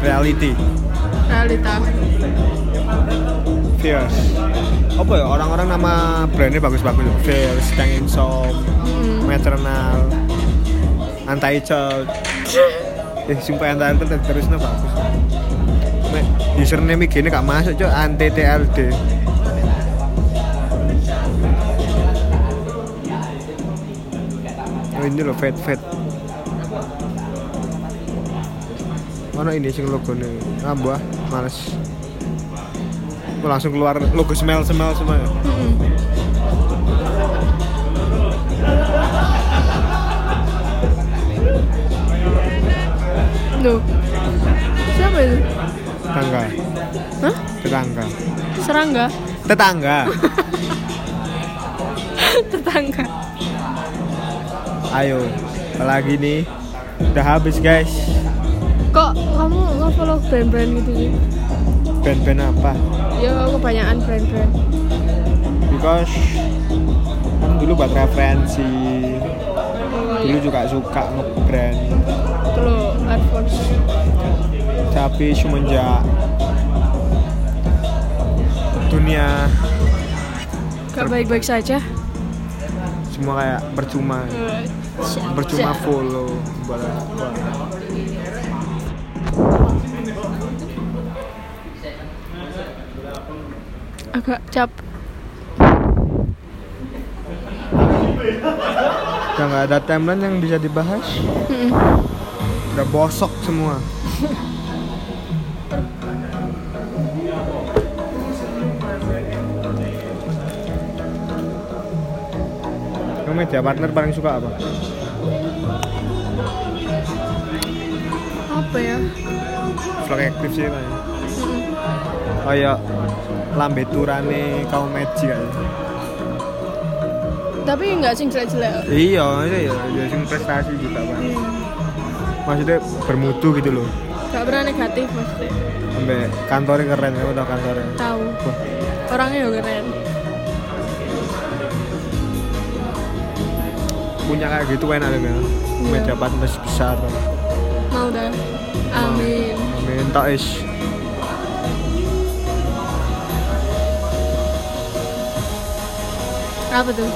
reality. realita? Fierce. Apa ya orang-orang nama brandnya bagus-bagus. Fierce, Kang Insom, Hmm. Maternal, Anti Child. Eh sumpah anti Child terus bagus. Mek, username gini gak masuk cok anti TLD. Oh, ini loh fat fat. Mana ini sing logo nih? Ah buah, males. Aku langsung keluar logo smell smell semua. ya. Mm-mm. Loh. Siapa itu? Tetangga, Hah? tetangga, Serangga? tetangga. Tetangga. Ayo, apalagi nih. Udah habis guys. Kok kamu nge-follow brand-brand gitu sih? Band-band apa? Ya kebanyakan brand-brand. Because kan dulu buat referensi. Dulu juga suka nge-brand. Itu loh, Advance. Tapi semenjak dunia Gak baik-baik saja. semua kayak percuma. percuma Iya. follow buat apa agak cap udah nggak ada timeline yang bisa dibahas Mm-mm. udah bosok semua Kamu media partner paling suka apa? apa ya Hmm, Vlog aktif sih kan. Mm-mm. Kayak lambe turane kaum meji kan. tapi nggak sing jelek-jelek Iya, iya, iya, iya, sing prestasi juga kan. Maksudnya bermutu gitu loh. nggak pernah negatif maksudnya Sampai kantornya keren, kamu tau kantornya. tahu Wah, orangnya juga keren punya kayak gitu enak deh Iya. Mel. meja partner besar mau dah amin amin tak is apa tuh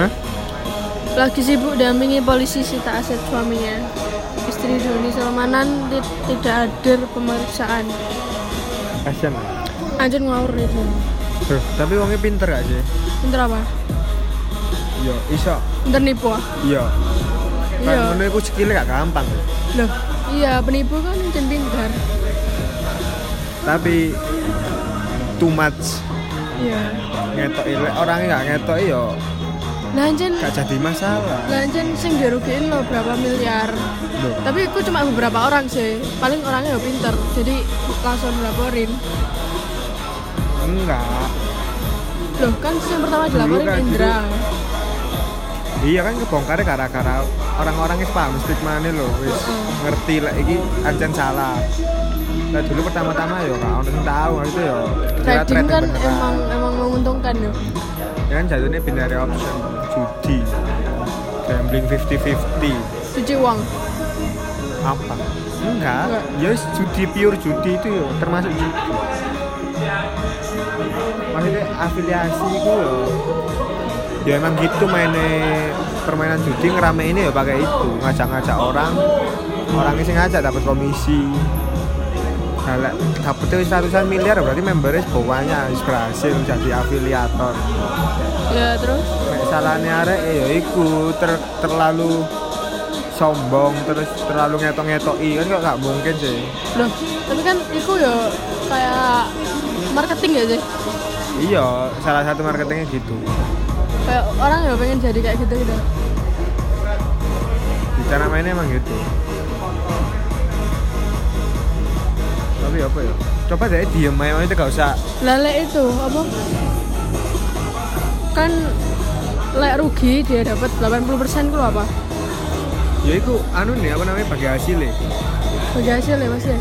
hah lagi sibuk dampingi polisi sita aset suaminya istri Doni Salmanan ti- tidak hadir pemeriksaan kasian anjir ngawur itu Duh, tapi wongnya pinter gak sih bentar apa iya iso bentar nipu ah iya kan Iya. ngono iku skillnya gak gampang loh iya penipu kan jen pintar tapi too much iya ngetok ilek orangnya gak ngetok iya nah anjir gak jadi masalah Lah anjen sing dirugiin lo berapa miliar. Loh. Tapi aku cuma beberapa orang sih. Paling orangnya ya pinter. Jadi langsung laporin. enggak Loh, kan sih yang pertama dilaporin kan Indra. iya kan kebongkarnya gara-gara orang-orangnya paham stigma ini loh wis Heeh. ngerti lah ini anjan salah Nah dulu pertama-tama ya gak orang yang tahu itu ya kira Trading kan beneran. emang emang menguntungkan loh. ya kan jatuhnya binary option judi gambling 50-50 Cuci uang. apa enggak Enggak. ya wis judi pure judi itu yo termasuk judi maksudnya afiliasi itu yo ya emang gitu mainnya permainan judi ngerame ini ya pakai itu ngajak-ngajak orang orangnya sih ngajak dapat komisi Galak, dapetnya wis ratusan miliar berarti membernya bawahnya wis berhasil jadi afiliator ya terus Nek salahnya arek eh, ya iku ter, terlalu sombong terus terlalu ngetok-ngetoki kan kok gak mungkin sih. loh tapi kan itu ya kayak marketing ya sih Iya, salah satu marketingnya gitu. kayak orang ya pengen jadi kayak gitu gitu Di cara mainnya emang gitu. Tapi apa ya? Coba deh diem aja, maksudnya gak usah lele itu apa kan lek rugi dia dapat 80% itu apa Ya itu anu nih apa namanya bagi hasilnya bagi hasil ya mas ya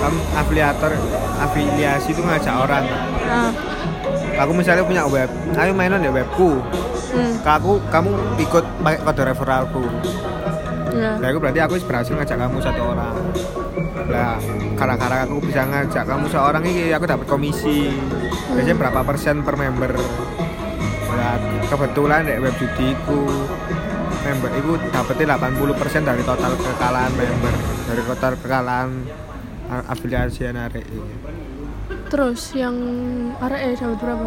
Kamu afiliator, afiliasi itu ngajak orang nah Aku misalnya punya web, ayo mainan ya webku hmm, Aku, kamu ikut pakai kode referralku ya. Nah, itu berarti aku berhasil ngajak kamu satu orang. Lah, kadang-kadang aku bisa ngajak kamu seorang ini aku dapat komisi. Biasanya berapa persen per member. Lah, kebetulan di web judiku member itu dapetnya 80% dari total kekalahan member, dari total kekalahan a- afiliasi arek ini. terus yang RE dapat berapa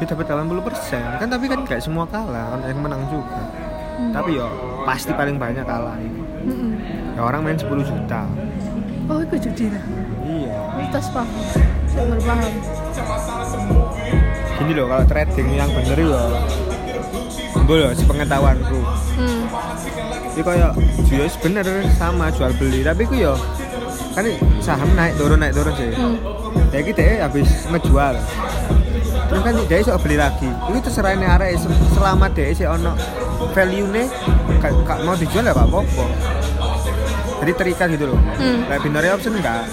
Dia Ya, dapat 80%. Kan tapi kan gak semua kalah, kan yang menang juga. Tapi yo pasti paling banyak kalah ini. Mm-mm. Ya, orang main 10 juta. oh itu judi lah Iya. tas paham saya berpaham gini loh kalau trading yang bener itu ya. loh gue loh sepengetahuanku hmm. ini kayak jual bener sama jual beli tapi ku yo kan saham naik turun naik turun sih Hmm. ya gitu ya habis ngejual terus kan dia sok beli lagi itu terserah ini arek se- selama dia sih ono value nya gak, gak mau dijual ya gak apa-apa jadi terikat gitu loh Hmm. kayak binary option enggak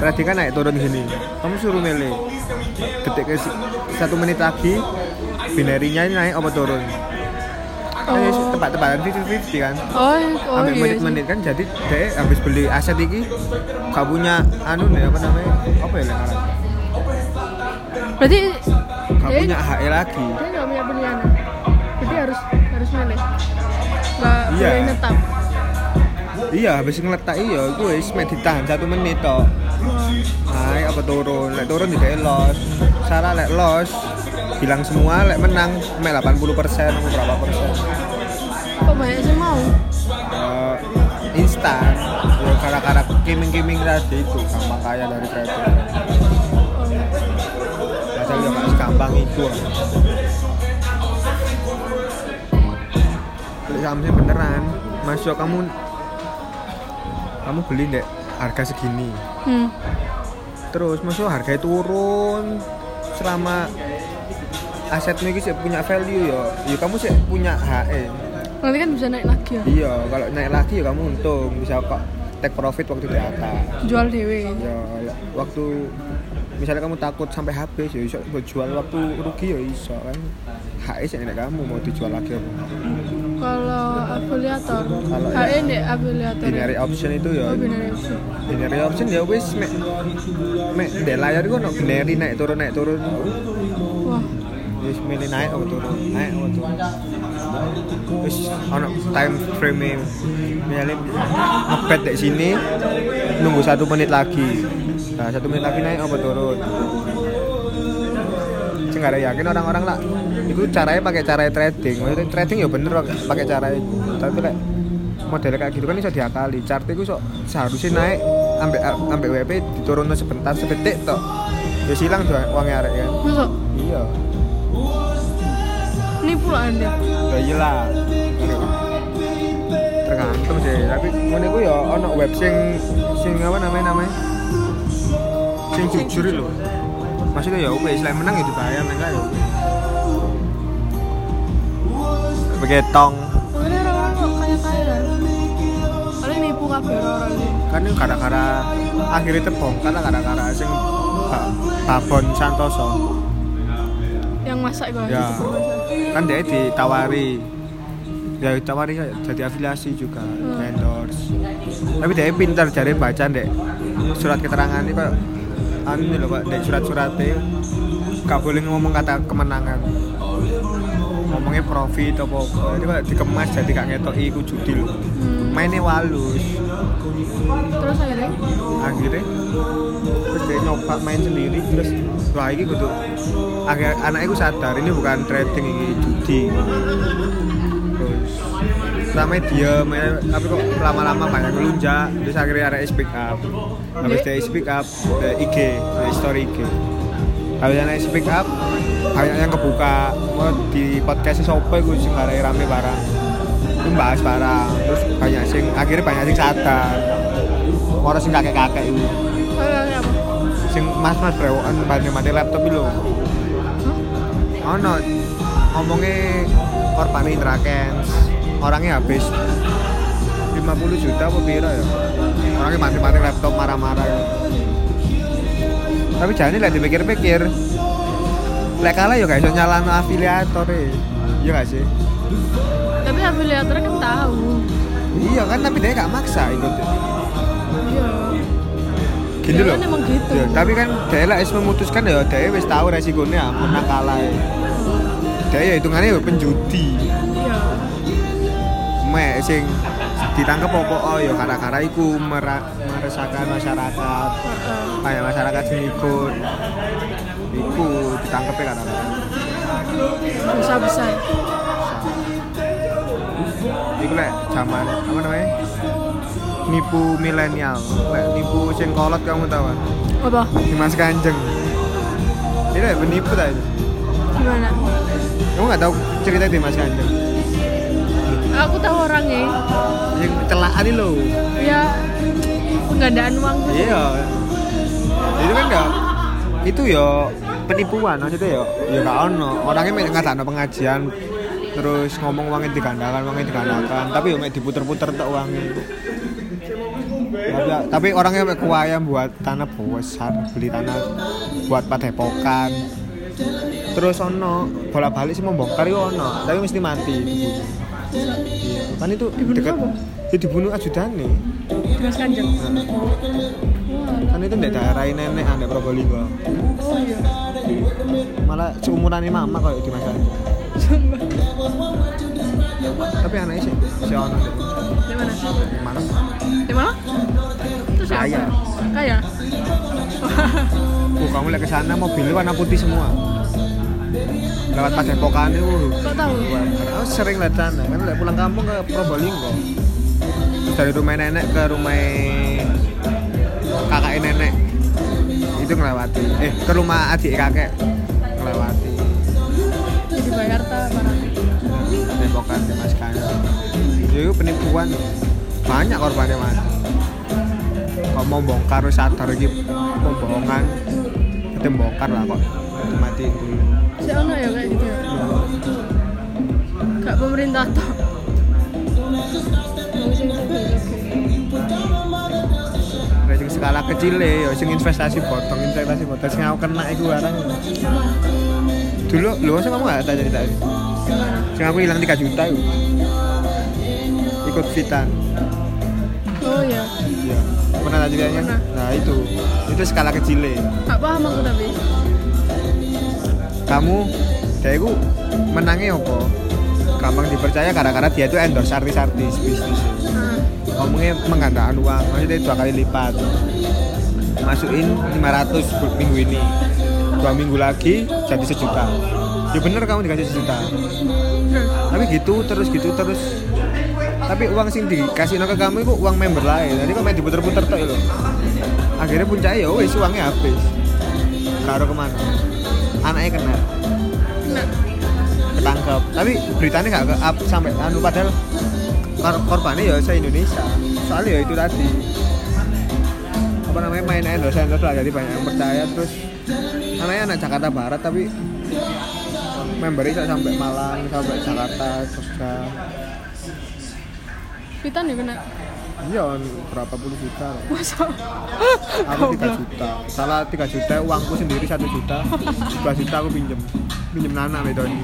trading kan naik turun gini kamu suruh milih detik ke si- satu menit lagi binarinya ini naik apa turun Kan ya Oh. tepat-tepatan 50-50 kan oh, i- oh iya ambil sih. menit-menit kan jadi deh habis beli aset iki gak punya anu nih apa namanya apa ya lek ngaran? berarti gak dia- punya HE lagi dia nggak punya pilihan jadi harus harus mana nggak Iya. boleh netap iya habis ngeletak iya gue wis mek ditahan satu menit tok Wah. naik apa turun lek turun tidak los salah lek los bilang semua lek menang mek 80 persen berapa persen kok banyak sih mau Ya, instan ya gara-gara kiming-kiming tadi itu gampang kaya dari trading padahal ya gak segampang itu beli saham sih beneran masuk kamu kamu beli dek harga segini hmm. terus masuk harga turun selama asetmu ini sih punya value ya ya kamu sih punya e. HE nanti kan bisa naik lagi ya iya kalau naik lagi ya kamu untung bisa kok take profit waktu di atas jual dewe ya le- waktu misalnya kamu takut sampai habis ya iso buat jual waktu rugi ya iso kan HE sih nek kamu mau dijual lagi apa kalau afiliator Kalau ya. HE deh afiliator binary option itu ya oh binary option binary option ya wis mek mek di layar itu ono binary naik turun naik turun wah wis milih naik atau turun naik atau turun wis ono time frame misalnya ngebet di sini nunggu satu menit lagi nah satu menit lagi naik apa turun sing gak ada yakin orang-orang lah itu caranya pakai cara trading maksudnya trading ya bener pakai- pakai cara itu tapi kayak model kayak gitu kan bisa diakali chart itu sok seharusnya naik ambek ambek WP diturunnya sebentar sedetik tok ya silang tuh uangnya arek kan masa iya nipu lah anda Ya iyalah. Tergantung sih, tapi ngene ku ya ono web sing sing apa namanya namanya? Sing jujur lho. Maksudnya ya oke, selain menang ya dibayar nek enggak ya. oke. Begetong. makanya orang-orang kok kaya-kaya kan paling nipu kabeh orang ini Kan ini gara-gara akhirnya terbongkar lah gara-gara sing Pak Babon Santoso. yang masak gue Ya. Kan dia ditawari ya tawari kayak jadi afiliasi juga endorse tapi dia pintar cari baca dek surat keterangan itu kok anu ini loh kok dek surat-suratnya gak boleh ngomong kata kemenangan ngomongnya profit apa apa itu kok dikemas jadi gak ngetok iku judi loh Hmm. mainnya walus terus akhirnya akhirnya terus dia nyoba main sendiri terus wah ini kudu akhir anak itu sadar ini bukan trading ini judi terus sama dia tapi kok lama-lama banyak melunjak terus akhirnya ada speak up habis dia speak up dia IG dia story IG habis anak speak up banyak yang kebuka mau di podcast sopo gue sih rame barang itu bahas barang terus banyak sing akhirnya banyak sing sadar orang sing kakek-kakek itu akhirnya apa sing mas-mas brewokan bani mati laptop itu lho. Hah? ono ngomongnya korban Indra Kents orangnya habis 50 juta apa piro ya orangnya mati-mati laptop marah-marah ya. tapi jangan lah dipikir-pikir lek kalah ya gak bisa nyalano afiliator ya iya gak sih tapi afiliatornya kan tahu iya kan tapi dia gak maksa ikut iya gitu Ya loh kan emang gitu. Ya, tapi kan dia lah wis memutuskan ya dia wis tahu resikonya menang kalah ya. dia ya hitungannya ya penjudi iya mek sing ditangkep opo oh ya kara-kara iku mera- meresahkan masyarakat Heeh. kayak masyarakat sing ikut iku ditangkep kara-kara dosa besar iku lek zaman apa namanya nipu milenial lek nipu sing kolot kamu tahu kan apa Dimas Kanjeng ini lek penipu ta itu. gimana kamu nggak tahu cerita Dimas Kanjeng aku tahu orangnya yang celaan ini loh ya penggandaan uang gitu. iya itu kan gak itu yo penipuan maksudnya yo ya gak ono orangnya mek ngadakno pengajian terus ngomong uangnya digandakan uangnya digandakan tapi yo mek diputer-puter tok uangnya tapi, tapi orangnya mek kuayang buat tanah besar beli tanah buat padepokan terus ono bolak balik sih membongkar yo ono tapi mesti mati Iya, kan itu Dibunuh deket apa? ya dibunuh ajudan nih Dimas Kanjeng kan itu di daerah nenek ada Probolinggo oh iya malah seumuran ini mama kalau di masa itu. tapi anaknya sih si ono di mana mana di mana terus siapa? Kaya. kaya oh, kamu lihat ke sana mobilnya warna putih semua lewat padepokan itu kok tahu Wah, aku sering lihat sana kan lihat pulang kampung ke Probolinggo dari rumah nenek ke rumah kakak nenek itu ngelewati eh ke rumah adik kakek ngelewati jadi bayar ta barang tembakan Dimas Kanjeng. Jadi penipuan banyak korbannya mas. Kok mau bongkar wis sadar iki pembohongan. Kita bongkar lah kok mati dulu. si ono ya kayak gitu ya gak pemerintah toh Mau sing sugih-sugih. Nek sing skala kecil ya sing investasi potong investasi potong sing aku kena iku barang. Dulu lu masa kamu gak tanya cerita itu? Gimana? Sing aku hilang 3 juta itu. Ikut fitan. oh iya Iya. Pernah tanya ceritanya? Pernah. Nah itu itu skala kecil e. gak paham aku tapi kamu dia itu menangnya apa gampang dipercaya karena-karena dia itu endorse artis-artis bisnis Nah, ngomongnya menggandakan uang maksudnya dua kali lipat masukin 500 bu- minggu ini dua minggu lagi jadi sejuta ya bener kamu dikasih sejuta hmm. tapi gitu terus gitu terus tapi uang sing dikasih ke kamu itu uang member lain jadi kok main diputer-puter tuh lo akhirnya puncaknya ya wis uangnya habis karo kemana anaknya kena Nah, ketangkep tapi beritanya nggak ke up sampai anu padahal kor- korbannya ya se Indonesia soalnya ya itu tadi apa namanya main endorse endorse lah jadi banyak yang percaya terus anaknya anak Jakarta Barat tapi membernya nggak sampai Malang sampai Jakarta Jogja Pitan ya kena. iya berapa puluh juta loh. Masa? aku 3 juta salah 3 juta uangku sendiri 1 juta 2 juta aku pinjem pinjem Nana Bedoni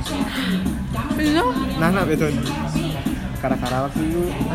Iya. Bisa? Nana Bedoni kara karaoke itu